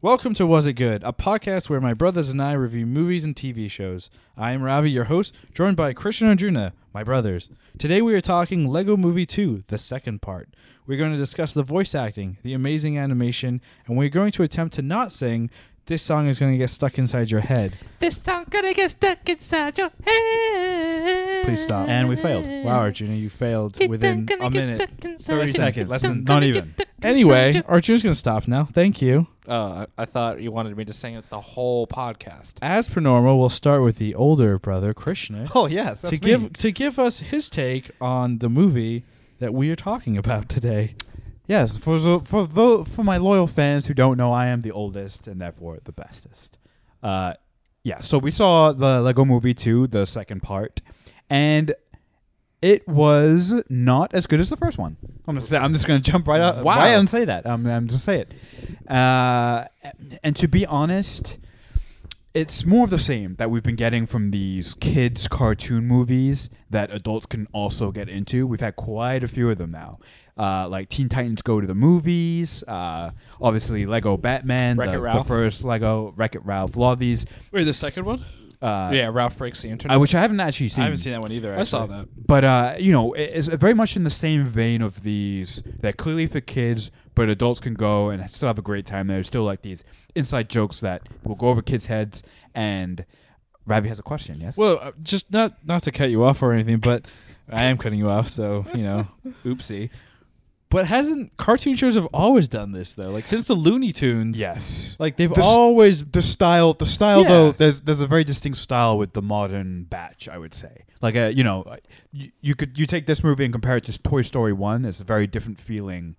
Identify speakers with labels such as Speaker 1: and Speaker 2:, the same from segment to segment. Speaker 1: Welcome to Was It Good, a podcast where my brothers and I review movies and TV shows. I am Ravi, your host, joined by Christian and Juna, my brothers. Today we are talking Lego Movie 2, the second part. We're going to discuss the voice acting, the amazing animation, and we're going to attempt to not sing This Song Is Going to Get Stuck Inside Your Head.
Speaker 2: This time gonna get stuck inside your head.
Speaker 1: Please stop.
Speaker 3: And we failed.
Speaker 1: Wow, Arjuna, you failed
Speaker 2: This time
Speaker 1: within
Speaker 2: gonna
Speaker 1: a
Speaker 2: get
Speaker 1: minute.
Speaker 2: stuck inside
Speaker 1: 30
Speaker 2: your-
Speaker 1: seconds, less
Speaker 2: this
Speaker 1: than-
Speaker 2: time gonna
Speaker 3: not
Speaker 2: get
Speaker 3: even.
Speaker 2: stuck inside
Speaker 1: Anyway,
Speaker 2: your-
Speaker 1: Arjuna's going to stop now. Thank you.
Speaker 3: Oh, I I thought you wanted me to sing it the whole podcast.
Speaker 1: As per normal, we'll start with the older brother, Krishna.
Speaker 3: Oh yes,
Speaker 1: to give to give us his take on the movie that we are talking about today.
Speaker 4: Yes, for the, for the, for my loyal fans who don't know, I am the oldest and therefore the bestest. Uh, yeah. So we saw the Lego Movie two, the second part, and it was not as good as the first one. I'm gonna say, I'm just gonna jump right out.
Speaker 3: Wow.
Speaker 4: Why and say that? I'm I'm just say it. Uh, and to be honest, it's more of the same that we've been getting from these kids cartoon movies that adults can also get into. We've had quite a few of them now, uh, like Teen Titans Go to the Movies, uh, obviously Lego Batman, the,
Speaker 3: Wreck-It
Speaker 4: the
Speaker 3: Ralph.
Speaker 4: first Lego Wreck It Ralph, a lot of these.
Speaker 3: Wait, the second one?
Speaker 4: Uh,
Speaker 3: yeah, Ralph breaks the internet.
Speaker 4: I, which I haven't actually seen.
Speaker 3: that one either. I saw that.
Speaker 4: But uh, you know, it- it's very much in the same vein of these. They're clearly for kids, but adults can go and still have a great time. There's still like these inside jokes that will go over kids' heads. And Ravi has a question. Yes.
Speaker 1: Well, uh, just not not to cut you off or anything, but I am cutting you off, so you know, oopsie. But hasn't cartoon shows have always done this though? Like since the Looney Tunes,
Speaker 4: yes.
Speaker 1: Like they've
Speaker 4: The s-
Speaker 1: always
Speaker 4: the style, the style
Speaker 1: Yeah.
Speaker 4: though, there's there's a very distinct style with the modern batch. I would say, like uh, you know, like, you, you could you take this movie and compare it to Toy Story One. It's a very different feeling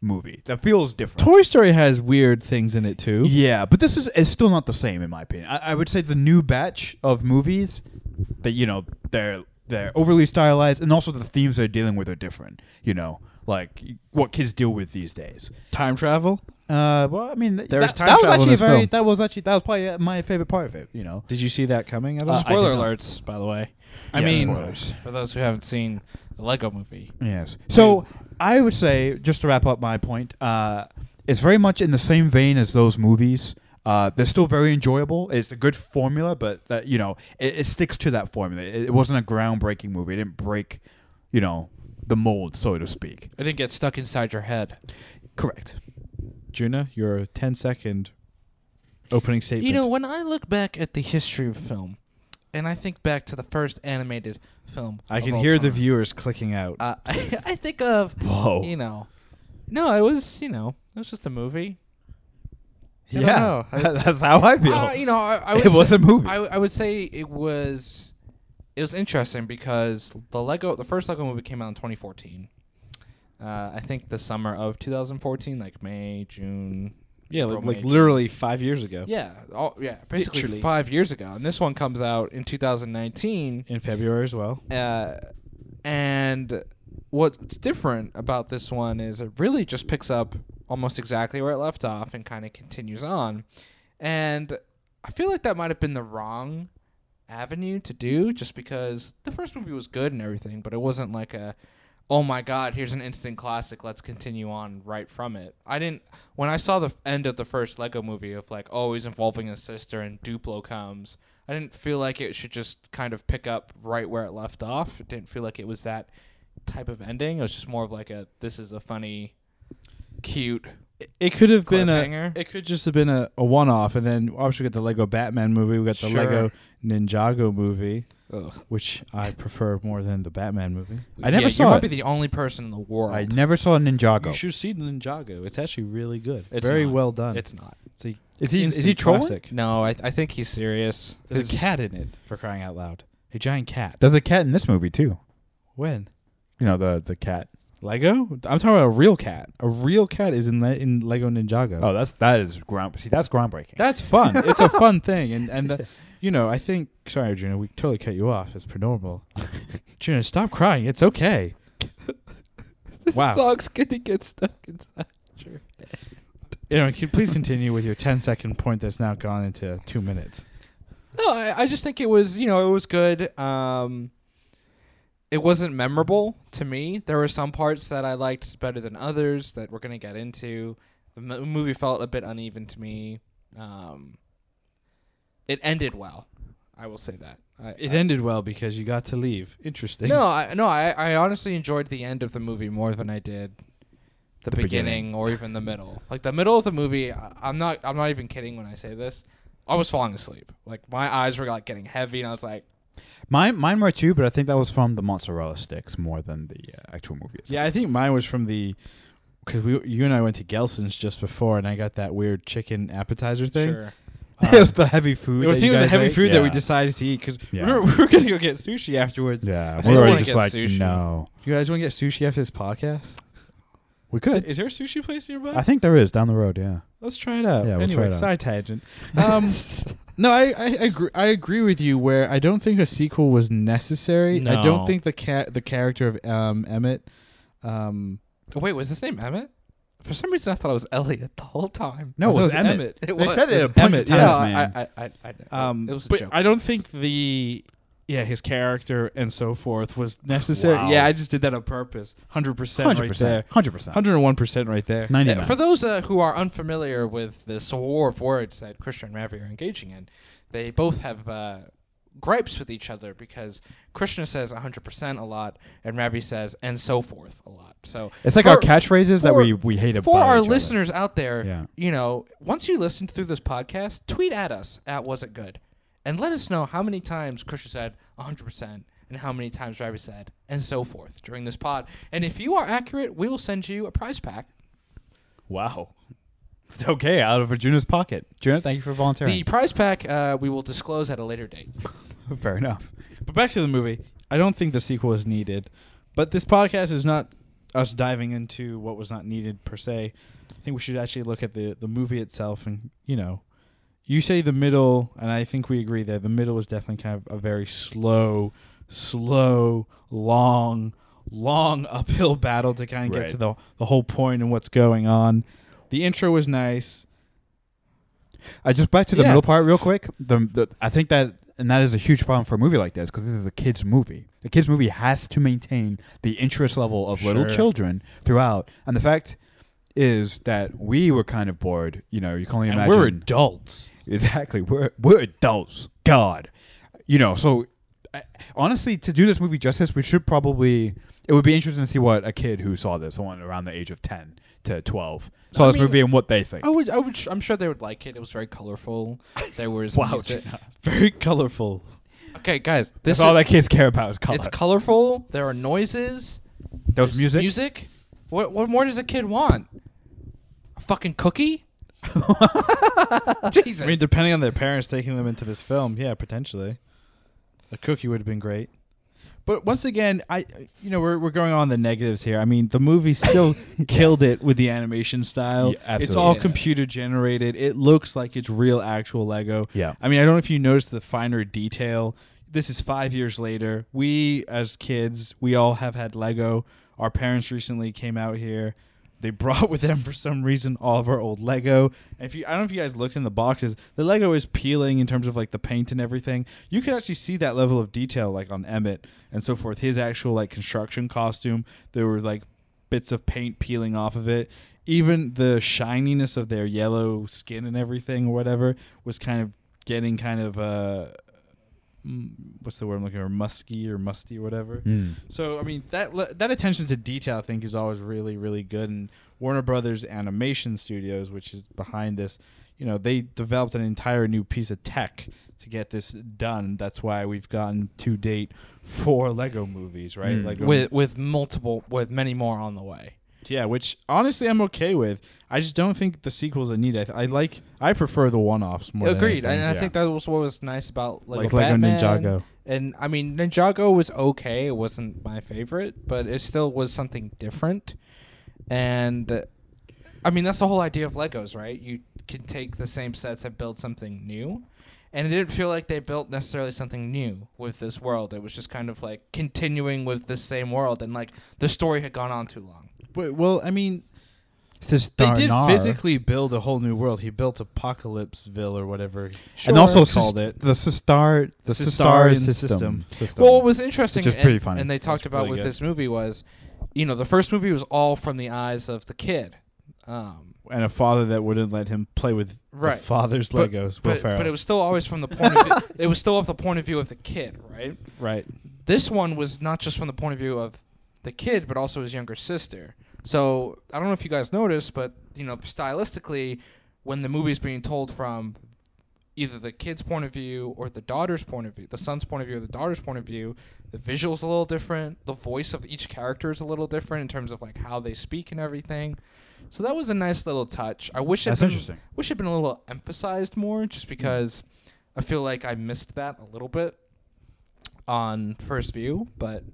Speaker 4: movie. That feels different.
Speaker 1: Toy Story has weird things in it too.
Speaker 4: Yeah, but this is is still not the same in my opinion. I, I would say the new batch of movies that you know they're they're overly stylized, and also the themes they're dealing with are different. You know, like what kids deal with these days.
Speaker 1: Time travel.
Speaker 4: Uh, well, I mean, th-
Speaker 1: There
Speaker 4: that,
Speaker 1: is time
Speaker 4: that was
Speaker 1: travel in
Speaker 4: actually
Speaker 1: this
Speaker 4: very
Speaker 1: film.
Speaker 4: that was actually that was probably uh, my favorite part of it. You know,
Speaker 1: Did you see that coming at all?
Speaker 4: Uh, I
Speaker 3: Spoiler
Speaker 4: did not.
Speaker 3: alerts, by the way. I
Speaker 4: Yeah,
Speaker 3: mean,
Speaker 4: spoilers.
Speaker 3: for those who haven't seen the Lego Movie,
Speaker 4: Yes. So I would say, just to wrap up my point, uh, it's very much in the same vein as those movies. Uh, they're still very enjoyable. It's a good formula, but that you know, it, it sticks to that formula. It, it wasn't a groundbreaking movie. It didn't break, you know, the mold, so to speak.
Speaker 3: I didn't get stuck inside your head.
Speaker 4: Correct.
Speaker 1: Juna, your 10 second opening statement.
Speaker 3: You know, when I look back at the history of film, and I think back to the first animated film,
Speaker 1: I
Speaker 3: of
Speaker 1: can
Speaker 3: all
Speaker 1: hear the
Speaker 3: time,
Speaker 1: viewers clicking out.
Speaker 3: Uh, I think of
Speaker 1: Whoa.
Speaker 3: you know, no, it was you know, it was just a movie. I don't
Speaker 4: yeah,
Speaker 3: know. It's-
Speaker 4: that's how I feel.
Speaker 3: Uh, you know, I, I
Speaker 4: It
Speaker 3: would
Speaker 4: was
Speaker 3: say-
Speaker 4: a movie.
Speaker 3: I, I would say it was. It was interesting because the Lego, the first Lego movie came out in 2014. Uh, I think the summer of 2014, like May, June.
Speaker 1: yeah,
Speaker 3: April,
Speaker 1: like, like
Speaker 3: May, June.
Speaker 1: literally five years ago.
Speaker 3: Yeah, all, yeah, basically
Speaker 1: Literally.
Speaker 3: five years ago, and this one comes out in 2019.
Speaker 1: In February as well.
Speaker 3: Uh, and what's different about this one is it really just picks up almost exactly where it left off and kind of continues on. And I feel like that might have been the wrong avenue to do just because the first movie was good and everything, but it wasn't like a oh my god, here's an instant classic, let's continue on right from it. I didn't when I saw the f- end of the first Lego movie of like always involving his sister and Duplo comes, I didn't feel like it should just kind of pick up right where it left off. It didn't feel like it was that type of ending. It was just more of like a this is a funny cute
Speaker 1: It could have been a.
Speaker 3: Cliffhanger.
Speaker 1: It could just have been a, a one off, and then obviously we got the Lego Batman movie. We got the
Speaker 3: Sure.
Speaker 1: Lego Ninjago movie,
Speaker 3: ugh.
Speaker 1: which I prefer more than the Batman movie.
Speaker 4: I never
Speaker 3: Yeah,
Speaker 4: saw
Speaker 3: You might
Speaker 4: it.
Speaker 3: be the only person in the world.
Speaker 4: I never saw Ninjago.
Speaker 1: You should see Ninjago. It's actually really good.
Speaker 3: It's
Speaker 1: Very
Speaker 3: not.
Speaker 1: well done.
Speaker 3: It's not.
Speaker 1: It's a
Speaker 4: is he is he
Speaker 1: instant
Speaker 4: trolling?
Speaker 1: classic.
Speaker 3: No, I, I think he's serious.
Speaker 1: There's a
Speaker 3: His-
Speaker 1: cat in it for crying out loud. A giant cat.
Speaker 4: There's a cat in this movie too.
Speaker 1: when
Speaker 4: You know the the cat.
Speaker 1: Lego? I'm talking about a real cat. A real cat is in Le- in Lego Ninjago.
Speaker 4: Oh, that's that is ground. See, that's groundbreaking.
Speaker 1: That's fun. it's a fun thing, and and the, you know, I think. Sorry, Juno, we totally cut you off. It's per normal. Juno, stop crying. It's okay.
Speaker 3: This
Speaker 1: Wow.
Speaker 3: song's gonna get stuck inside. Sure.
Speaker 1: You know, can, please continue with your 10 second point that's now gone into two minutes.
Speaker 3: No, I, I just think it was you know it was good. Um, it wasn't memorable to me. There were some parts that I liked better than others that we're gonna get into. The mo- movie felt a bit uneven to me. Um, it ended well. I will say that. Uh, I,
Speaker 1: It
Speaker 3: I-
Speaker 1: ended well because you got to leave. Interesting.
Speaker 3: No, I, no, I, I honestly enjoyed the end of the movie more than I did the,
Speaker 4: The
Speaker 3: beginning,
Speaker 4: beginning.
Speaker 3: or even the middle. Like the middle of the movie, I, I'm not I'm not even kidding when I say this. I was falling asleep. Like my eyes were like getting heavy, and I was like,
Speaker 4: Mine, mine were too, but I think that was from the mozzarella sticks more than the uh, actual movie. itself.
Speaker 1: Yeah, I think mine was from the because we you and I went to Gelson's just before, and I got that weird chicken appetizer thing.
Speaker 3: sure.
Speaker 1: Um,
Speaker 4: it was the heavy food.
Speaker 1: it was, I
Speaker 4: that
Speaker 1: think
Speaker 4: you
Speaker 1: it was the
Speaker 4: guys
Speaker 1: heavy
Speaker 4: ate.
Speaker 1: food that we
Speaker 4: Yeah.
Speaker 1: decided to eat because
Speaker 4: Yeah.
Speaker 1: we, were, we were gonna go get sushi afterwards.
Speaker 4: Yeah,
Speaker 1: still
Speaker 4: we were
Speaker 1: wanna
Speaker 4: just
Speaker 3: get
Speaker 4: like
Speaker 3: sushi.
Speaker 4: no.
Speaker 1: You guys want to get sushi after this podcast?
Speaker 4: We
Speaker 1: Is,
Speaker 4: could.
Speaker 1: is there a sushi place nearby?
Speaker 4: I think there is down the road. Yeah.
Speaker 1: Let's try it out.
Speaker 4: Yeah, we'll
Speaker 1: anyway,
Speaker 4: try it out.
Speaker 1: side tangent. Um, no, I I agree, I agree with you where I don't think a sequel was necessary. I don't
Speaker 3: No.
Speaker 1: think the cat the character of um, Emmett. Um,
Speaker 3: Oh, wait, was his name Emmett? For some reason, I thought it was Elliot the whole time.
Speaker 4: No,
Speaker 1: I thought
Speaker 4: it was Emmett.
Speaker 3: It
Speaker 1: They said it
Speaker 4: It was
Speaker 1: a
Speaker 4: a bunch
Speaker 1: bunch
Speaker 4: of
Speaker 1: of times,
Speaker 4: times,
Speaker 3: yeah,
Speaker 4: man.
Speaker 3: I, I, I, I, I,
Speaker 1: Um,
Speaker 3: it was a
Speaker 1: but
Speaker 3: joke.
Speaker 1: I don't think the yeah his character and so forth was necessary. Yeah,
Speaker 4: Wow.
Speaker 1: I just did that on purpose. Hundred percent, right there.
Speaker 4: Hundred percent.
Speaker 1: Hundred and one percent, right there.
Speaker 4: Ninety.
Speaker 3: Yeah, for those uh, who are unfamiliar with this war of words that Krishna and Ravi are engaging in, they both have uh, gripes with each other because Krishna says 100% a lot and Ravi says and so forth a lot. So
Speaker 4: it's like
Speaker 3: for-
Speaker 4: our catchphrases that
Speaker 3: for-
Speaker 4: we we hate about
Speaker 3: for our
Speaker 4: each other.
Speaker 3: listeners out there,
Speaker 4: Yeah.
Speaker 3: you know, once you listen through this podcast, tweet at us at Was It Good and let us know how many times Krishna said 100% and how many times Ravi said and so forth during this pod. And if you are accurate, we will send you a prize pack.
Speaker 4: Wow. Okay, out of Juno's pocket. Juno, thank you for
Speaker 3: The
Speaker 4: volunteering.
Speaker 3: prize pack uh, we will disclose at a later date.
Speaker 4: Fair enough.
Speaker 1: But back to the movie. I don't think the sequel is needed, but this podcast is not us diving into what was not needed per se. I think we should actually look at the the movie itself, and you know, you say the middle, and I think we agree that the middle is definitely kind of a very slow, slow, long, long uphill battle to kind of
Speaker 4: Right.
Speaker 1: get to the the whole point and what's going on. The intro was nice.
Speaker 4: I just back to the
Speaker 1: Yeah.
Speaker 4: middle part real quick. The, the I think that and that is a huge problem for a movie like this because this is a kids movie. The kids movie has to maintain the interest level of little
Speaker 1: Sure.
Speaker 4: children throughout. And the fact is that we were kind of bored. You know, you can only
Speaker 1: And
Speaker 4: imagine.
Speaker 1: we're adults.
Speaker 4: Exactly. We're we're adults. God, you know. So I, honestly, to do this movie justice, we should probably. It would be interesting to see what a kid who saw this, someone around the age of ten to twelve, saw
Speaker 3: I
Speaker 4: this
Speaker 3: mean-
Speaker 4: movie and what they think.
Speaker 3: I would, I would, sh- I'm sure they would like it. It was very colorful. There was
Speaker 4: Wow,
Speaker 3: music.
Speaker 1: Very colorful.
Speaker 3: Okay, guys, this
Speaker 4: That's
Speaker 3: is,
Speaker 4: all that kids care about is color.
Speaker 3: it's colorful. There are noises.
Speaker 4: There was
Speaker 3: There's
Speaker 4: music.
Speaker 3: Music. What, what more does a kid want? A fucking cookie. Jesus.
Speaker 1: I mean, depending on their parents taking them into this film, yeah, potentially. A cookie would have been great. But once again, I you know we're, we're going on the negatives here. I mean, the movie still killed it with the animation style.
Speaker 4: Yeah, absolutely.
Speaker 1: It's all
Speaker 3: Yeah.
Speaker 1: computer generated. It looks like it's real actual Lego.
Speaker 4: Yeah.
Speaker 1: I mean, I don't know if you noticed the finer detail. This is five years later. We, as kids, we all have had Lego. Our parents recently came out here. They brought with them for some reason all of our old Lego. And if you, I don't know if you guys looked in the boxes, the Lego is peeling in terms of like the paint and everything. You can actually see that level of detail, like on Emmett and so forth. His actual like construction costume, there were like bits of paint peeling off of it. Even the shininess of their yellow skin and everything or whatever was kind of getting kind of uh, mm, what's the word I'm looking for, musky or musty or whatever.
Speaker 4: Mm.
Speaker 1: So I mean that le- that attention to detail I think is always really really good. And Warner Brothers Animation Studios, which is behind this, you know, they developed an entire new piece of tech to get this done. That's why we've gotten to date four Lego movies, right?
Speaker 4: Mm.
Speaker 1: Lego
Speaker 3: with with multiple with many more on the way.
Speaker 1: yeah, which honestly I'm okay with. I just don't think the sequels are needed. I, th- I like I prefer the one-offs more.
Speaker 3: Agreed,
Speaker 1: than
Speaker 3: and
Speaker 1: anything.
Speaker 3: I
Speaker 4: yeah.
Speaker 3: think that was what was nice about Lego
Speaker 1: Like Lego
Speaker 3: Batman,
Speaker 1: Ninjago.
Speaker 3: And I mean, Ninjago was okay. It wasn't my favorite, but it still was something different. And uh, I mean, that's the whole idea of Legos, right? You can take the same sets and build something new. And it didn't feel like they built necessarily something new with this world. It was just kind of like continuing with the same world, and like the story had gone on too long.
Speaker 1: But, well, I mean, they
Speaker 4: Sistar
Speaker 1: did
Speaker 4: Nar.
Speaker 1: physically build a whole new world. He built Apocalypseville or whatever.
Speaker 4: and also
Speaker 1: Sure. called
Speaker 4: Sis-
Speaker 1: it.
Speaker 4: the Sistar, the
Speaker 1: Sistarian
Speaker 4: Sistar system.
Speaker 1: system.
Speaker 3: Well, what was interesting,
Speaker 4: Which is
Speaker 3: and,
Speaker 4: pretty funny.
Speaker 3: and they talked about
Speaker 1: really
Speaker 3: with
Speaker 1: good.
Speaker 3: this movie was, you know, the first movie was all from the eyes of the kid, um,
Speaker 1: and a father that wouldn't let him play with
Speaker 3: Right.
Speaker 1: the father's
Speaker 3: But-
Speaker 1: Legos. Will
Speaker 3: But,
Speaker 1: Ferrell.
Speaker 3: but it was still always from the point of view, it was still off the point of view of the kid, right?
Speaker 1: right.
Speaker 3: This one was not just from the point of view of the kid, but also his younger sister. So I don't know if you guys noticed, but you know, stylistically, when the movie's being told from either the kid's point of view or the daughter's point of view, the son's point of view or the daughter's point of view, the visual's a little different. The voice of each character is a little different in terms of like how they speak and everything. So that was a nice little touch. I wish it
Speaker 4: That's
Speaker 3: been,
Speaker 4: interesting. Hmm.
Speaker 3: Wish it'd been a little emphasized more, just because I feel like I missed that a little bit on first view. But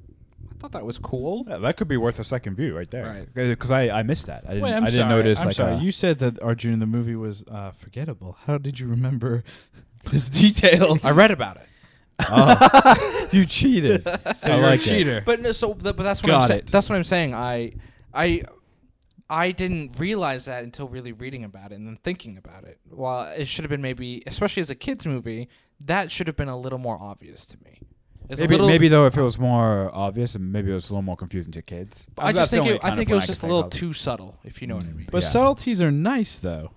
Speaker 3: I thought that was cool.
Speaker 4: Yeah, that could be worth a second view right there.
Speaker 3: Right.
Speaker 4: Because I, I missed that. I didn't,
Speaker 1: Wait, I'm
Speaker 4: I
Speaker 1: sorry.
Speaker 4: didn't notice.
Speaker 1: I'm
Speaker 4: like uh,
Speaker 1: sorry.
Speaker 4: a-
Speaker 1: you said that Arjun the movie was uh, forgettable. How did you remember this detail?
Speaker 3: I read about it.
Speaker 1: Oh. you cheated.
Speaker 4: I
Speaker 1: So you're
Speaker 4: like
Speaker 1: a
Speaker 4: it.
Speaker 1: cheater.
Speaker 3: But no, so th- but that's what
Speaker 1: Got
Speaker 3: I'm saying.
Speaker 1: it.
Speaker 3: That's what I'm saying. I, I, I didn't realize that until really reading about it and then thinking about it. Well, it should have been maybe, especially as a kids movie, that should have been a little more obvious to me. It's a
Speaker 4: maybe,
Speaker 3: little-
Speaker 4: maybe though, if it was more obvious, and maybe it was a little more confusing to kids.
Speaker 3: I
Speaker 4: That's
Speaker 3: just
Speaker 4: the
Speaker 3: think
Speaker 4: only
Speaker 3: it, I
Speaker 4: kind of Mm-hmm.
Speaker 3: think it
Speaker 4: one
Speaker 3: was
Speaker 4: I
Speaker 3: just a
Speaker 4: could
Speaker 3: little
Speaker 4: think
Speaker 3: too subtle, if you know what I mean.
Speaker 1: But
Speaker 4: Yeah.
Speaker 1: subtleties are nice, though.
Speaker 4: of.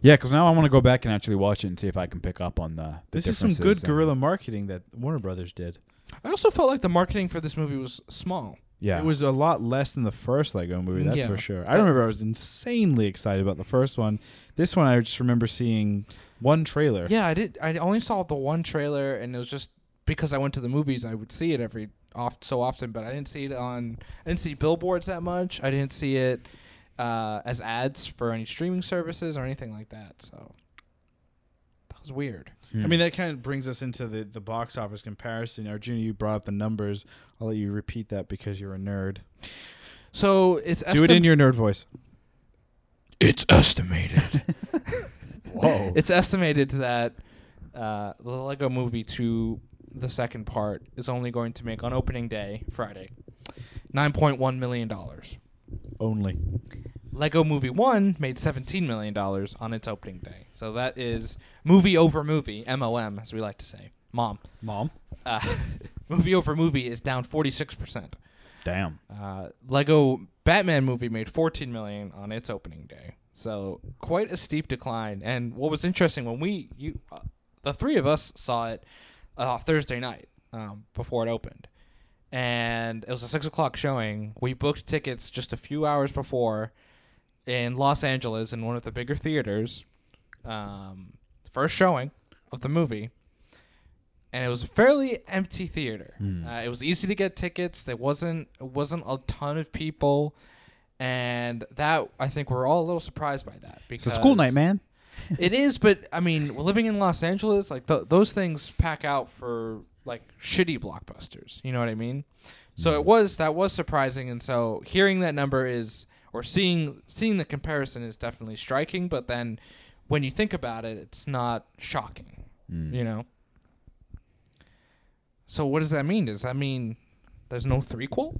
Speaker 4: Yeah, because now I want to go back and actually watch it and see if I can pick up on the. the
Speaker 1: This is some
Speaker 4: differences
Speaker 1: good
Speaker 4: and-
Speaker 1: guerrilla marketing that Warner Brothers did.
Speaker 3: I also felt like the marketing for this movie was small.
Speaker 4: Yeah,
Speaker 1: It was a lot less than the first Lego movie, that's
Speaker 3: Yeah.
Speaker 1: for sure. I
Speaker 3: That-
Speaker 1: remember I was insanely excited about the first one. This one, I just remember seeing one trailer.
Speaker 3: Yeah, I did. I only saw the one trailer, and it was just because I went to the movies. I would see it every oft so often, but I didn't see it on. I didn't see billboards that much. I didn't see it uh, as ads for any streaming services or anything like that. So that was weird.
Speaker 4: Hmm.
Speaker 1: I mean, that kind of brings us into the, the box office comparison. Arjuna, you brought up the numbers. I'll let you repeat that because you're a nerd.
Speaker 3: So it's
Speaker 1: Do it
Speaker 3: estim-
Speaker 1: in your nerd voice.
Speaker 3: It's estimated.
Speaker 4: Whoa.
Speaker 3: It's estimated that uh, the Lego Movie 2, the second part, is only going to make on opening day, Friday, $9.1 million.
Speaker 1: Only.
Speaker 3: Lego Movie 1 made $17 million on its opening day. So that is movie over movie, MOM, as we like to say. Mom.
Speaker 4: mom.
Speaker 3: Uh, movie over movie is down 46%.
Speaker 4: Damn.
Speaker 3: Uh, Lego Batman movie made 14 million on its opening day, so quite a steep decline. And what was interesting when we you uh, the three of us saw it uh, Thursday night um, before it opened, and it was a six o'clock showing. We booked tickets just a few hours before in Los Angeles in one of the bigger theaters. Um, first showing of the movie and it was a fairly empty theater.
Speaker 4: Hmm.
Speaker 3: Uh, it was easy to get tickets. There wasn't it wasn't a ton of people, and that I think we're all a little surprised by that.
Speaker 4: It's
Speaker 3: Because
Speaker 4: a school night, man.
Speaker 3: it is, but I mean, we're living in Los Angeles. Like th- those things pack out for like shitty blockbusters. You know what I mean? So
Speaker 4: Hmm.
Speaker 3: it was that was surprising, and so hearing that number is or seeing seeing the comparison is definitely striking. But then when you think about it, it's not shocking.
Speaker 4: Hmm.
Speaker 3: You know. So what does that mean? Does that mean there's no threequel?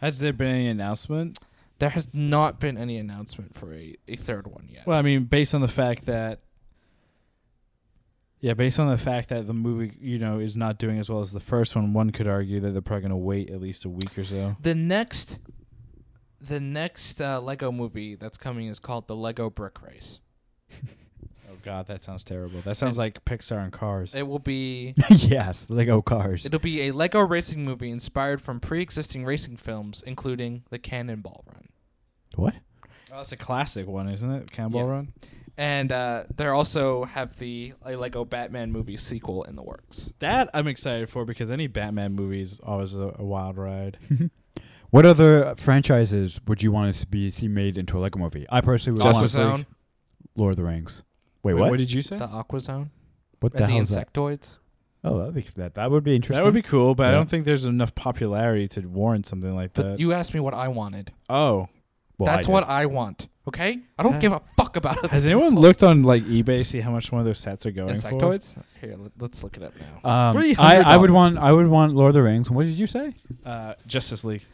Speaker 1: Has there been any announcement?
Speaker 3: There has not been any announcement for a, a third one yet.
Speaker 1: Well, I mean, based on the fact that yeah, based on the fact that the movie, you know, is not doing as well as the first one, one could argue that they're probably going to wait at least a week or so.
Speaker 3: The next, the next uh, Lego movie that's coming is called the Lego Brick Race.
Speaker 1: Oh god, that sounds terrible. That sounds like Pixar and Cars.
Speaker 3: It will be
Speaker 4: yes, Lego cars.
Speaker 3: it'll be a Lego racing movie inspired from pre-existing racing films, including the Cannonball Run.
Speaker 4: What?
Speaker 1: Oh, that's a classic one, isn't it? Cannonball
Speaker 3: Yeah.
Speaker 1: Run.
Speaker 3: And uh, they also have the a Lego Batman movie sequel in the works.
Speaker 1: That I'm excited for because any Batman movie is always a, a wild ride.
Speaker 4: What other franchises would you want to be see made into a Lego movie? I personally would
Speaker 3: Aqua
Speaker 4: want to see
Speaker 3: Zone,
Speaker 4: Lord of the Rings. Wait, what?
Speaker 1: What did you say?
Speaker 3: the Aqua Zone,
Speaker 4: what
Speaker 3: and
Speaker 4: the
Speaker 3: the
Speaker 4: hell is that?
Speaker 3: Insectoids.
Speaker 4: Oh, that'd be, that that would be interesting.
Speaker 1: That would be cool, but I
Speaker 4: Yeah.
Speaker 1: don't think there's enough popularity to warrant something like
Speaker 3: But
Speaker 1: that.
Speaker 3: you asked me what I wanted.
Speaker 1: oh,
Speaker 4: Well,
Speaker 3: that's
Speaker 4: I
Speaker 3: what I want. Okay, I don't
Speaker 1: Huh?
Speaker 3: give a fuck about other
Speaker 1: has anyone looked on like eBay see how much one of those sets are going for?
Speaker 3: insectoids. Uh, Here, let- let's look it up now.
Speaker 4: Um,
Speaker 1: $300.
Speaker 4: I, I would want I would want Lord of the Rings. What did you say?
Speaker 1: Uh, Justice League.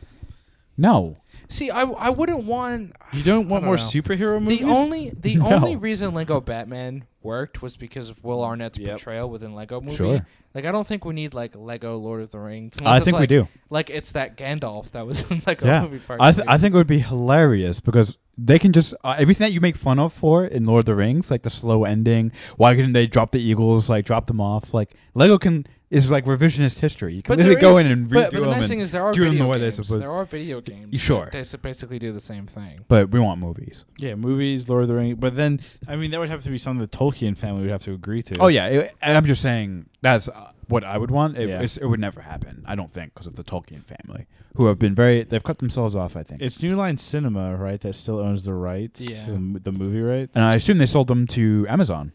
Speaker 4: No.
Speaker 3: See, I, I wouldn't want
Speaker 1: You don't want
Speaker 3: don't
Speaker 1: more
Speaker 3: know.
Speaker 1: superhero movies.
Speaker 3: the only the
Speaker 4: No.
Speaker 3: only reason Lego Batman worked was because of Will Arnett's
Speaker 1: Yep.
Speaker 3: portrayal within Lego movie.
Speaker 4: Sure.
Speaker 3: Like I don't think we need like Lego Lord of the Rings.
Speaker 4: I
Speaker 3: unless it's
Speaker 4: think we
Speaker 3: like-
Speaker 4: do.
Speaker 3: Like it's that Gandalf that was in Lego
Speaker 4: Yeah.
Speaker 3: movie part.
Speaker 4: I th-
Speaker 3: two.
Speaker 4: I think it would be hilarious because they can just uh, everything that you make fun of for in Lord of the Rings, like the slow ending. Why couldn't they drop the eagles? Like drop them off. Like Lego can is like revisionist history. You can
Speaker 3: there
Speaker 4: literally go in
Speaker 3: is-
Speaker 4: and redo
Speaker 3: but, but the
Speaker 4: them
Speaker 3: nice
Speaker 4: and
Speaker 3: thing is there are
Speaker 4: do them the
Speaker 3: video
Speaker 4: way they're
Speaker 3: games.
Speaker 4: supposed-
Speaker 3: There are video games. that
Speaker 4: Sure.
Speaker 3: They s- basically do the same thing.
Speaker 4: But we want movies.
Speaker 1: Yeah, movies, Lord of the Rings. But then, I mean, that would have to be something the Tolkien family would have to agree to.
Speaker 4: Oh yeah, it, and I'm just saying that's uh, what I would want. It,
Speaker 1: Yeah.
Speaker 4: it's, it would never happen, I don't think, because of the Tolkien family, who have been very they've cut themselves off. I think,
Speaker 1: It's New Line Cinema, right, that still owns the rights
Speaker 3: Yeah.
Speaker 1: to m- the movie rights
Speaker 4: and I assume they sold them to Amazon.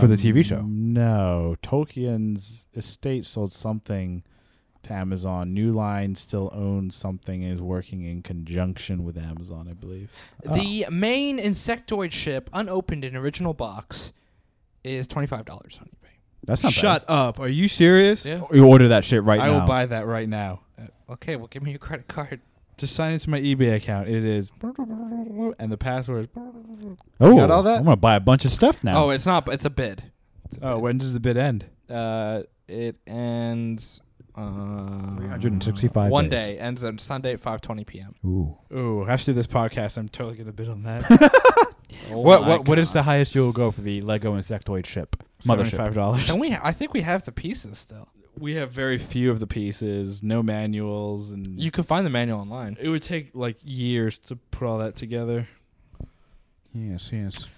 Speaker 4: for the TV show.
Speaker 1: Um, No, Tolkien's estate sold something to Amazon. New Line still owns something and is working in conjunction with Amazon, I believe. Uh,
Speaker 3: The main insectoid ship, unopened in original box, is twenty five dollars on eBay.
Speaker 4: That's not
Speaker 1: up! Are you serious?
Speaker 3: Yeah.
Speaker 4: Bad. You order that shit right
Speaker 1: I
Speaker 4: now.
Speaker 1: will buy that right now.
Speaker 3: Uh, Okay, well, give me your credit card.
Speaker 1: Just sign into my eBay account. It is and the password. is-
Speaker 4: Oh,
Speaker 1: got all that?
Speaker 4: I'm gonna buy a bunch of stuff now.
Speaker 3: Oh, it's not. It's a bid. It's a
Speaker 1: Oh,
Speaker 3: bid.
Speaker 1: when does the bid end?
Speaker 3: Uh, it ends. Uh,
Speaker 4: 365
Speaker 3: One
Speaker 4: days.
Speaker 3: day ends on Sunday at five twenty p.m.
Speaker 4: Ooh.
Speaker 1: Ooh, after this podcast, I'm totally gonna bid on that.
Speaker 3: Oh
Speaker 4: what
Speaker 3: my
Speaker 4: what what is
Speaker 3: God.
Speaker 4: the highest you will go for the Lego insectoid ship?
Speaker 1: uh, Seventy-five
Speaker 4: Mothership.
Speaker 1: dollars.
Speaker 3: Can we? I think we have the pieces still.
Speaker 1: We have very few of the pieces, no manuals, and
Speaker 3: You can find the manual online.
Speaker 1: it would take like years to put all that together.
Speaker 4: Yes, yes.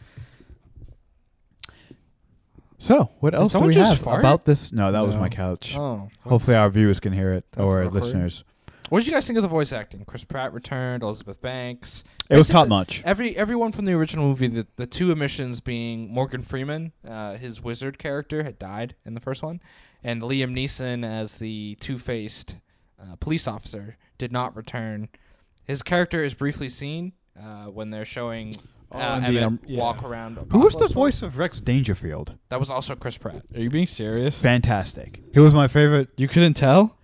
Speaker 4: So, what else do
Speaker 3: someone
Speaker 4: we
Speaker 3: just
Speaker 4: have
Speaker 3: fart?
Speaker 4: about this? No, that was
Speaker 1: No.
Speaker 4: my couch.
Speaker 3: Oh,
Speaker 4: Hopefully, our viewers can hear it
Speaker 3: That's
Speaker 4: or
Speaker 3: awkward.
Speaker 4: listeners.
Speaker 3: What did you guys think of the voice acting? Chris Pratt returned. Elizabeth Banks.
Speaker 4: It was
Speaker 3: Basically,
Speaker 4: top notch.
Speaker 3: Every everyone from the original movie, the, the two omissions being Morgan Freeman, uh, his wizard character had died in the first one, and Liam Neeson as the two faced uh, police officer did not return. His character is briefly seen uh, when they're showing uh,
Speaker 1: Oh, and the,
Speaker 3: Emmett
Speaker 1: um, yeah.
Speaker 3: walk around.
Speaker 4: Who was the
Speaker 3: Apocalypse World.
Speaker 4: voice of Rex Dangerfield?
Speaker 3: That was also Chris Pratt.
Speaker 1: Are you being serious?
Speaker 4: Fantastic. He was my favorite.
Speaker 1: You couldn't tell?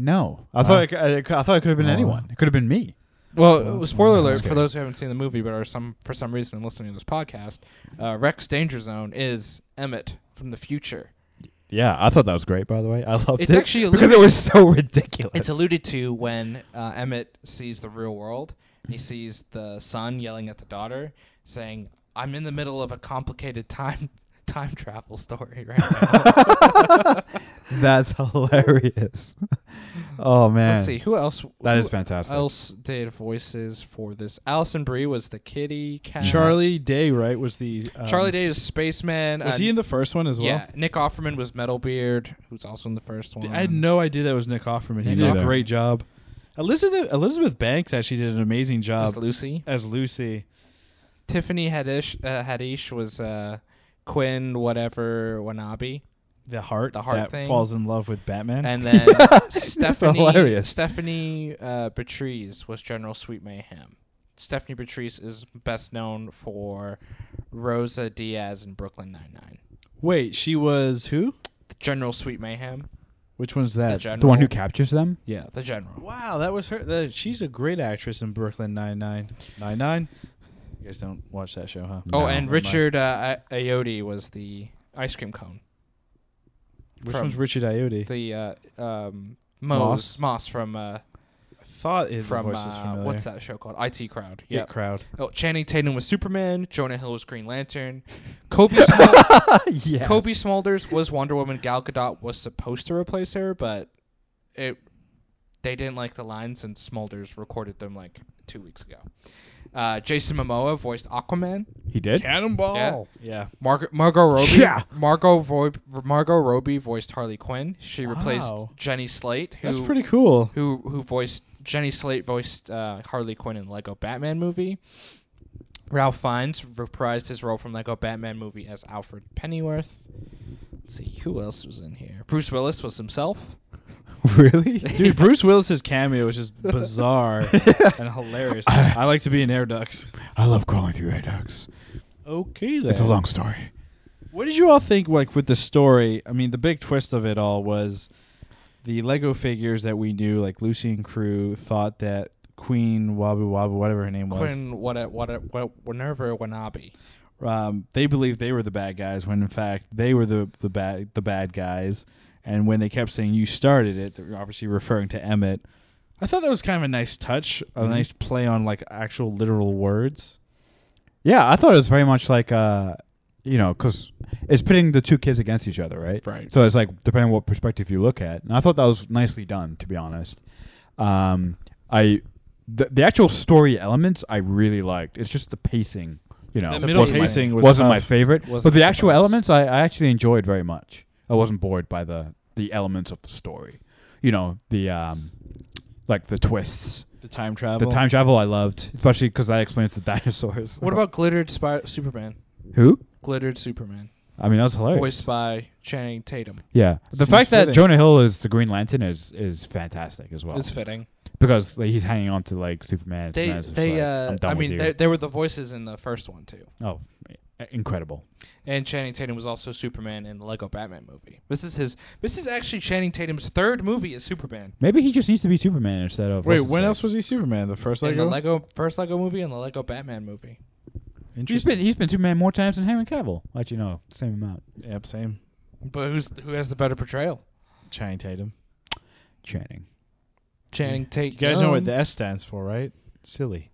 Speaker 4: No, I thought
Speaker 1: Oh.
Speaker 4: it, c- I, I thought it could have been
Speaker 1: Oh.
Speaker 4: anyone. It could have been me.
Speaker 3: Well,
Speaker 1: Oh,
Speaker 3: spoiler
Speaker 1: wow.
Speaker 3: alert
Speaker 1: That's
Speaker 3: for those who haven't seen the movie but are some for some reason listening to this podcast, uh, Rex Danger Zone is Emmett from the future.
Speaker 4: Yeah, I thought that was great. By the way, I loved
Speaker 3: It's
Speaker 4: it
Speaker 3: actually alluded-
Speaker 4: because it was so ridiculous.
Speaker 3: It's alluded to when uh, Emmett sees the real world. He sees the son yelling at the daughter, saying, "I'm in the middle of a complicated time time travel story right now."
Speaker 4: That's hilarious. Oh man,
Speaker 3: Let's see who else.
Speaker 4: that
Speaker 3: who
Speaker 4: is fantastic.
Speaker 3: Else did voices for this. Allison Brie was the kitty cat.
Speaker 1: Charlie Day, right, was the um,
Speaker 3: Uh-huh. Charlie Day is spaceman.
Speaker 1: Was
Speaker 3: uh,
Speaker 1: he in the first one as well?
Speaker 3: Yeah, Nick Offerman was Metalbeard, who's also in the first one.
Speaker 1: I had no idea that was Nick Offerman. he
Speaker 3: Nick
Speaker 1: did a
Speaker 3: Offerman.
Speaker 1: great job. Elizabeth Elizabeth Banks actually did an amazing
Speaker 3: was
Speaker 1: job
Speaker 3: Lucy.
Speaker 1: as Lucy.
Speaker 3: Tiffany Haddish, uh, Haddish was uh, Quinn, whatever Wanabe,
Speaker 1: The heart,
Speaker 3: The heart
Speaker 1: that
Speaker 3: thing.
Speaker 1: falls in love with Batman.
Speaker 3: and then Stephanie
Speaker 4: hilarious.
Speaker 3: Stephanie uh, Beatriz was General Sweet Mayhem. Stephanie Beatriz is best known for Rosa Diaz in Brooklyn Nine Nine.
Speaker 1: Wait, she was who?
Speaker 3: General Sweet Mayhem,
Speaker 1: Which one's
Speaker 3: the
Speaker 1: that?
Speaker 3: general.
Speaker 4: the one who captures them.
Speaker 3: yeah, the general.
Speaker 1: Wow, that was her. That, she's a great actress in Brooklyn Nine Nine Nine Nine. You guys don't watch that show, huh?
Speaker 3: Oh,
Speaker 4: No,
Speaker 3: and
Speaker 1: never mind.
Speaker 3: Richard uh, I- Ayoade was the ice cream cone.
Speaker 1: Which
Speaker 3: from
Speaker 1: one's Richard Iotti?
Speaker 3: the uh, um,
Speaker 1: Moss?
Speaker 3: Moe's, Moss from uh,
Speaker 1: I thought his
Speaker 3: from
Speaker 1: voice was
Speaker 3: uh,
Speaker 1: familiar.
Speaker 3: what's that show called? IT Crowd.
Speaker 1: Get
Speaker 3: Yeah.
Speaker 1: crowd.
Speaker 3: Oh, Channing Tatum was Superman. Jonah Hill was Green Lantern. Kobe Smol-
Speaker 4: yes.
Speaker 3: Kobe Smulders was Wonder Woman. Gal Gadot was supposed to replace her, but it they didn't like the lines, and Smulders recorded them like two weeks ago. Uh, Jason Momoa voiced Aquaman.
Speaker 4: He did.
Speaker 1: Cannonball. Yeah.
Speaker 3: Margot Margot Robbie.
Speaker 4: Yeah.
Speaker 3: Margot Vo- Margot Robbie voiced Harley Quinn. She replaced
Speaker 1: Wow.
Speaker 3: Jenny Slate. Who,
Speaker 1: That's pretty cool.
Speaker 3: who who voiced Jenny Slate voiced uh, Harley Quinn in the Lego Batman movie. Ralph Fiennes reprised his role from Lego Batman movie as Alfred Pennyworth. Let's see who else was in here. Bruce Willis was himself.
Speaker 4: really?
Speaker 1: Dude, Bruce Willis's cameo was just bizarre and hilarious. I like to be in air ducts.
Speaker 4: I love crawling through air ducts.
Speaker 1: Okay, then.
Speaker 4: It's a long story.
Speaker 1: What did you all think? Like with the story, I mean, the big twist of it all was the Lego figures that we knew, like Lucy and crew, thought that Queen Wabu Wabu, whatever her name was,
Speaker 3: Quinn what a, what a, what whenever Wanabe.
Speaker 1: um, they believed they were the bad guys when in fact they were the the bad the bad guys. And when they kept saying you started it, they're obviously referring to Emmett. I thought that was kind of a nice touch, a
Speaker 4: Mhm.
Speaker 1: nice play on like actual literal words.
Speaker 4: Yeah, I thought it was very much like, uh, you know, because it's pitting the two kids against each other, right?
Speaker 3: Right.
Speaker 4: So it's like depending on what perspective you look at, and I thought that was nicely done, to be honest. Um, I the, the actual story elements I really liked. It's just the pacing, you know,
Speaker 1: The middle
Speaker 4: wasn't my-
Speaker 1: pacing was
Speaker 4: wasn't my
Speaker 1: tough.
Speaker 4: favorite,
Speaker 3: Wasn't
Speaker 4: but the
Speaker 3: the
Speaker 4: actual
Speaker 3: best.
Speaker 4: elements I, I actually enjoyed very much. I wasn't bored by the the elements of the story, you know, the um, like the twists.
Speaker 1: The time travel.
Speaker 4: The time travel I loved, especially because that explains the dinosaurs.
Speaker 3: What about glittered spy- Superman?
Speaker 4: who?
Speaker 3: Glittered Superman,
Speaker 4: I mean, that was hilarious.
Speaker 3: voiced by Channing Tatum.
Speaker 4: Yeah, the
Speaker 1: Seems
Speaker 4: fact that
Speaker 1: fitting.
Speaker 4: Jonah Hill is the Green Lantern is is fantastic as well.
Speaker 3: It's fitting.
Speaker 4: because like, he's hanging on to like Superman. and
Speaker 3: They,
Speaker 4: Superman's just
Speaker 3: they,
Speaker 4: like,
Speaker 3: uh,
Speaker 4: I'm done
Speaker 3: I
Speaker 4: with
Speaker 3: mean,
Speaker 4: you."
Speaker 3: they, they were the voices in the first one too.
Speaker 4: oh, i- incredible!
Speaker 3: And Channing Tatum was also Superman in the Lego Batman movie. This is his. This is actually Channing Tatum's third movie as Superman.
Speaker 4: Maybe he just needs to be Superman instead of
Speaker 1: Wait, when else was he Superman? The first
Speaker 3: in the
Speaker 1: Lego.
Speaker 3: Lego first Lego movie and the Lego Batman movie.
Speaker 4: He's
Speaker 1: Interesting.
Speaker 4: been he's been Superman more times than Henry Cavill. Let you know, same amount.
Speaker 1: Yep, same.
Speaker 3: But who's who has the better portrayal?
Speaker 1: Channing Tatum.
Speaker 4: Channing.
Speaker 3: Channing Tatum.
Speaker 1: You guys know what the S stands for, right? Silly.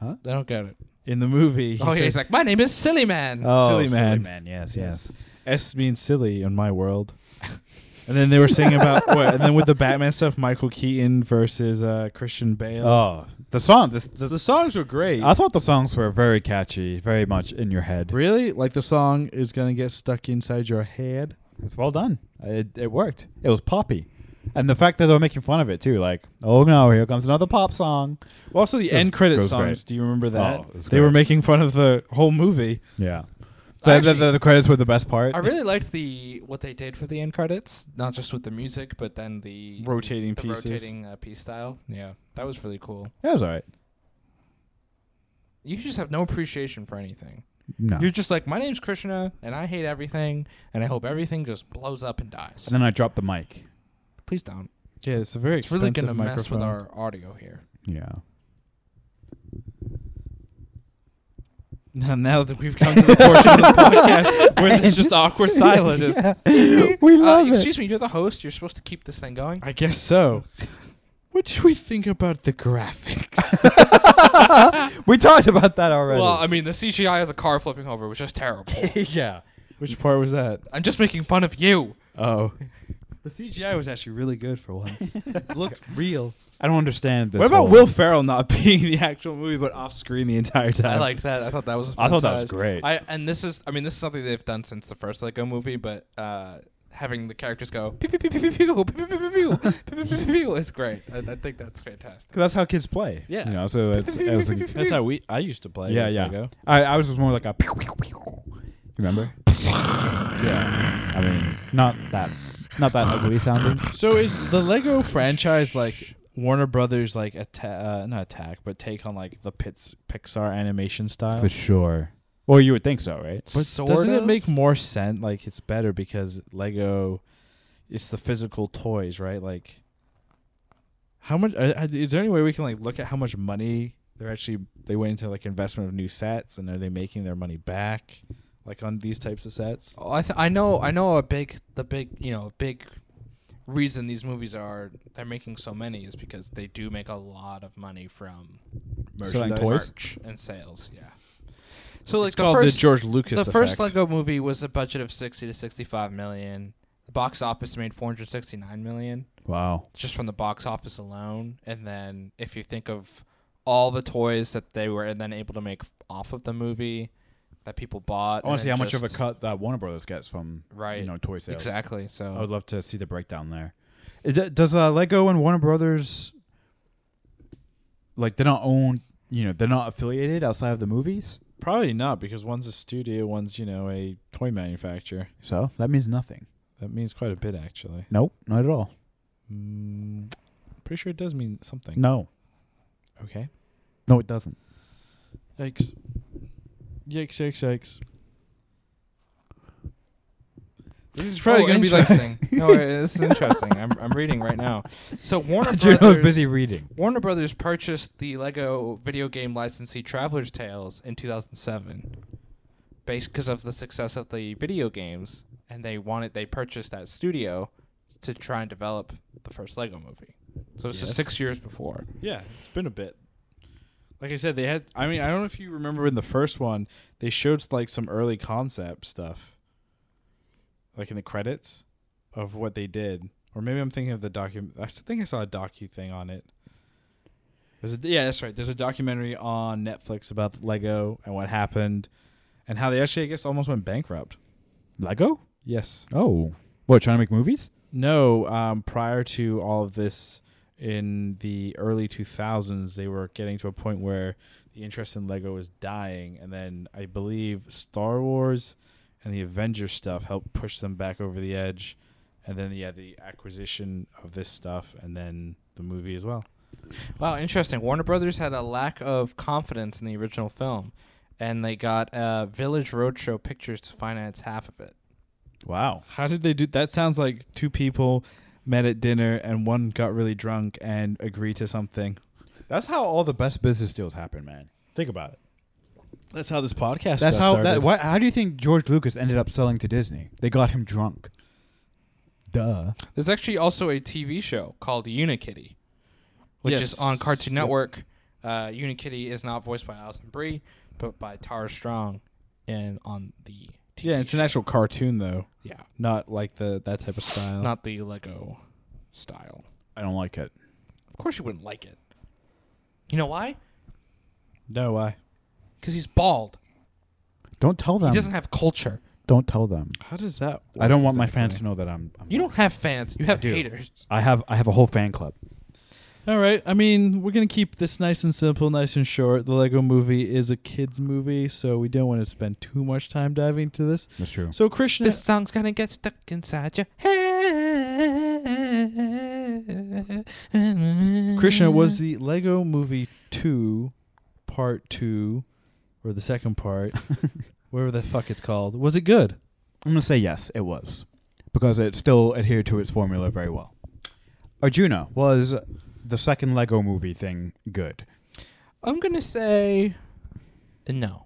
Speaker 4: Huh?
Speaker 3: I don't get it.
Speaker 1: In the movie, he Uh,
Speaker 3: Oh yeah, he's
Speaker 1: says,
Speaker 3: like my name is Silly Man.
Speaker 1: Silly man.
Speaker 4: Yes,
Speaker 1: Oh, Yes. S means silly in my world. and then they were singing about what? And then with the Batman stuff, Michael Keaton versus uh, Christian Bale.
Speaker 4: Oh, the song. This,
Speaker 1: So
Speaker 4: the,
Speaker 1: the songs were great.
Speaker 4: I thought the songs were very catchy, very much in your head.
Speaker 1: really, like the song is gonna get stuck inside your head.
Speaker 4: It's well done. It, it worked. It was poppy. And the fact that they were making fun of it too, like, oh no, here comes another pop song.
Speaker 1: Also, the
Speaker 4: It was-
Speaker 1: end credit
Speaker 4: it was
Speaker 1: songs.
Speaker 4: great.
Speaker 1: Do you remember that?
Speaker 4: Oh, it was
Speaker 1: they
Speaker 4: great.
Speaker 1: were making fun of the whole movie.
Speaker 4: Yeah. The, the,
Speaker 3: Actually-
Speaker 4: the, the credits were the best part.
Speaker 3: I really liked the what they did for the end credits, not just with the music, but then the
Speaker 1: Rotating
Speaker 3: the
Speaker 1: pieces.
Speaker 3: rotating uh, piece style. Yeah, that was really cool.
Speaker 4: It was alright.
Speaker 3: You just have no appreciation for anything.
Speaker 4: No.
Speaker 3: You're just like, my name's Krishna, and I hate everything, and I hope everything just blows up and dies.
Speaker 4: and then I dropped the mic.
Speaker 3: Please don't.
Speaker 1: Yeah, it's a very
Speaker 3: It's really
Speaker 1: expensive
Speaker 3: gonna
Speaker 1: microphone.
Speaker 3: mess with our audio here.
Speaker 4: Yeah.
Speaker 1: Now, now that we've come to the portion of the podcast where there's just awkward silence.
Speaker 4: we
Speaker 3: Uh,
Speaker 4: love it.
Speaker 3: excuse me, you're the host. You're supposed to keep this thing going.
Speaker 1: I guess so. What should we think about the graphics?
Speaker 4: we talked about that already.
Speaker 3: Well, I mean, the CGI of the car flipping over was just terrible.
Speaker 4: yeah.
Speaker 1: Which part was that?
Speaker 3: I'm just making fun of you.
Speaker 1: Oh. The CGI was actually really good for once. Looked real.
Speaker 4: I don't understand this.
Speaker 1: what about
Speaker 4: whole-
Speaker 1: Will Ferrell not being in the actual movie but off screen the entire time?
Speaker 3: I liked that. I thought that was. a
Speaker 4: I
Speaker 3: fun
Speaker 4: thought that was
Speaker 3: touch.
Speaker 4: great.
Speaker 3: I and this is. I mean, this is something they've done since the first Lego movie, but uh, having the characters go pew pew pew pew pew pew pew pew pew pew pew pew pew pew pew is great. I, I think that's fantastic.
Speaker 4: 'Cause that's how kids play.
Speaker 3: Yeah.
Speaker 4: You know, so it's, it was a,
Speaker 1: That's how we I used to play.
Speaker 4: Yeah,
Speaker 1: with
Speaker 4: yeah.
Speaker 1: Lego.
Speaker 4: I, I was just more like a pew, pew, pew. Remember? yeah. I mean, not that, not that ugly sounding.
Speaker 1: So is the Lego franchise like Warner Brothers like atta- uh, not attack but take on like the Pits- Pixar animation style?
Speaker 4: For sure. Well, you would think so, right?
Speaker 1: But
Speaker 3: Sort
Speaker 1: doesn't it
Speaker 3: of.
Speaker 1: make more sense? Like it's better because Lego, it's the physical toys, right? Like, how much uh, uh, is there any way we can like look at how much money they're actually they went into like investment of new sets and are they making their money back, like on these types of sets?
Speaker 3: Oh, I th- I know I know a big the big you know a big reason these movies are they're making so many is because they do make a lot of money from
Speaker 4: Selling
Speaker 1: Merchandise.
Speaker 4: toys?
Speaker 3: merch and sales. Yeah. So like
Speaker 1: it's
Speaker 3: the
Speaker 1: called
Speaker 3: first
Speaker 1: the George Lucas.
Speaker 3: the first
Speaker 1: effect.
Speaker 3: Lego movie was a budget of 60 to 65 million. The box office made 469 million
Speaker 4: Wow.
Speaker 3: just from the box office alone. And then if you think of all the toys that they were then able to make off of the movie that people bought.
Speaker 4: I want to see how much of a cut that Warner Brothers gets from
Speaker 3: Right.
Speaker 4: you know toy sales.
Speaker 3: Exactly. So
Speaker 4: I would love to see the breakdown there. Is that- does uh, Lego and Warner Brothers like they're not owned? You know, they're not affiliated outside of the movies.
Speaker 1: Probably not because one's a studio, one's you know a toy manufacturer.
Speaker 4: So that means nothing.
Speaker 1: That means quite a bit actually.
Speaker 4: Nope, not at all.
Speaker 1: Mm, pretty sure it does mean something.
Speaker 4: No,
Speaker 1: Okay.
Speaker 4: no, it doesn't.
Speaker 1: Yikes. Yikes, yikes, yikes. This is probably
Speaker 3: Oh,
Speaker 1: going to be like.
Speaker 3: interesting. no, wait, this is interesting. I'm I'm reading right now. So Warner
Speaker 4: Juno was
Speaker 3: Brothers
Speaker 4: busy reading.
Speaker 3: Warner Brothers purchased the Lego video game licensee Traveler's Tales in 2007, based because of the success of the video games, and they wanted they purchased that studio to try and develop the first Lego movie. So it's just
Speaker 1: Yes.
Speaker 3: six years before.
Speaker 1: Yeah, it's been a bit. Like I said, they had. I mean, I don't know if you remember in the first one, they showed like some early concept stuff, like in the credits of what they did, or maybe I'm thinking of the docu. I s- think I saw a docu thing on it. There's a, yeah, that's right. There's a documentary on Netflix about Lego and what happened, and how they actually, I guess, almost went bankrupt.
Speaker 4: Lego?
Speaker 1: Yes.
Speaker 4: Oh, what? Trying to make movies?
Speaker 1: No, um, prior to all of this in the early 2000s, they were getting to a point where the interest in Lego was dying. And then I believe Star Wars and the Avengers stuff helped push them back over the edge. And then, yeah, the acquisition of this stuff and then the movie as well.
Speaker 3: Wow, interesting. Warner Brothers had a lack of confidence in the original film, and they got uh, Village Roadshow Pictures to finance half of it.
Speaker 4: Wow.
Speaker 1: How did they do that? Sounds like two people met at dinner and one got really drunk and agreed to something.
Speaker 4: That's how all the best business deals happen, man. Think about it.
Speaker 1: That's how this podcast
Speaker 4: That's
Speaker 1: got
Speaker 4: how.
Speaker 1: started.
Speaker 4: That, why, how do you think George Lucas ended up selling to Disney? They got him drunk. Duh.
Speaker 3: There's actually also a TV show called Unikitty, which
Speaker 1: Yes.
Speaker 3: is on Cartoon
Speaker 1: Yep.
Speaker 3: Network. Uh, Unikitty is not voiced by Alison Brie, but by Tara Strong, and on the TV
Speaker 1: Yeah, it's an actual cartoon though,
Speaker 3: yeah,
Speaker 1: not like the that type of style.
Speaker 3: not the Lego style.
Speaker 4: I don't like it.
Speaker 3: Of course, you wouldn't like it. You know why?
Speaker 1: no, why?
Speaker 3: Because he's bald.
Speaker 4: Don't tell
Speaker 3: He
Speaker 4: them.
Speaker 3: doesn't have culture.
Speaker 4: Don't tell them.
Speaker 1: How does that?
Speaker 4: I don't want my fans to know that I'm. I'm
Speaker 3: You don't have fans. You have
Speaker 4: do.
Speaker 3: haters.
Speaker 4: I have. I have a whole fan club.
Speaker 1: All right. I mean, we're gonna keep this nice and simple, nice and short. The Lego Movie is a kids movie, so we don't want to spend too much time diving into this.
Speaker 4: That's true.
Speaker 1: So, Krishna,
Speaker 2: This song's gonna get stuck inside your head.
Speaker 1: Krishna was the Lego Movie two, part two, or the second part, whatever the fuck it's called. Was it good?
Speaker 4: I'm gonna say yes, it was, because it still adhered to its formula very well. Arjuna was the second Lego movie thing good.
Speaker 3: I'm gonna say no,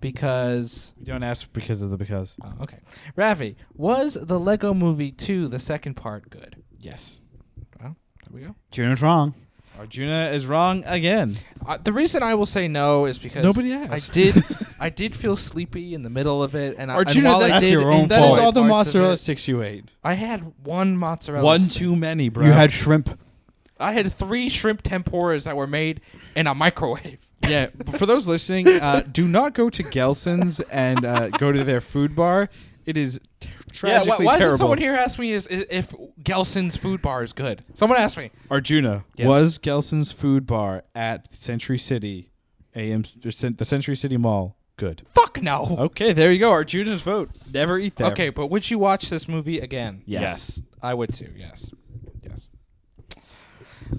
Speaker 3: because
Speaker 1: We don't ask because of the because.
Speaker 3: oh, okay, Ravi was the Lego Movie two the second part good?
Speaker 1: Yes.
Speaker 3: Well, there we go.
Speaker 4: Arjuna's wrong.
Speaker 1: Arjuna is wrong again.
Speaker 3: Uh, the reason I will say no is because
Speaker 1: Nobody
Speaker 3: I
Speaker 1: asked.
Speaker 3: did, I did feel sleepy in the middle of it, and I, and
Speaker 1: Arjuna,
Speaker 3: while I
Speaker 1: that's
Speaker 3: did
Speaker 4: your own
Speaker 3: enjoy
Speaker 1: That is
Speaker 4: fault.
Speaker 1: all the
Speaker 3: parts of
Speaker 1: mozzarella
Speaker 3: it,
Speaker 1: sticks you ate.
Speaker 3: I had one mozzarella.
Speaker 1: One
Speaker 3: stick.
Speaker 1: too many, bro.
Speaker 4: You had shrimp.
Speaker 3: I had three shrimp tempuras that were made in a microwave.
Speaker 1: Yeah, for those listening, uh, do not go to Gelson's and uh, go to their food bar. It is ter- tragically
Speaker 3: yeah, why, why
Speaker 1: terrible.
Speaker 3: Is it someone here asked me is, is if Gelson's food bar is good? Someone asked me.
Speaker 1: Arjuna
Speaker 3: Yes.
Speaker 1: was Gelson's food bar at Century City, AM or Cen- the Century City Mall. Good.
Speaker 3: Fuck no.
Speaker 1: Okay, there you go. Arjuna's vote. Never eat there.
Speaker 3: Okay, but would you watch this movie again?
Speaker 1: Yes.
Speaker 3: I would too. Yes. Yes.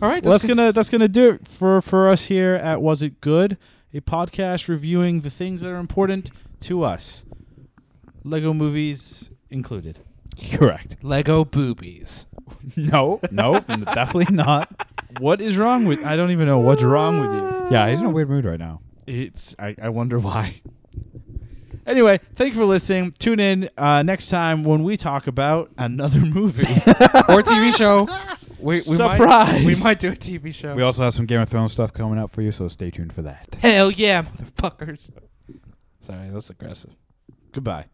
Speaker 3: All right.
Speaker 1: Well, that's
Speaker 3: that's good.
Speaker 1: gonna that's gonna do it for for us here at Was It Good, a podcast reviewing the things that are important to us, Lego movies included.
Speaker 4: Correct.
Speaker 3: Lego boobies.
Speaker 4: No. No. definitely not.
Speaker 1: What is wrong with? I don't even know what's wrong with you.
Speaker 4: Yeah, he's in a weird mood right now.
Speaker 1: It's I, I wonder why. Anyway, thank you for listening. Tune in uh, next time when we talk about another movie.
Speaker 3: or TV show. We, we
Speaker 1: Surprise.
Speaker 3: Might, we might do a TV show.
Speaker 4: We also have some Game of Thrones stuff coming up for you, so stay tuned for that.
Speaker 3: Hell yeah, motherfuckers. Sorry, that's aggressive.
Speaker 1: Goodbye.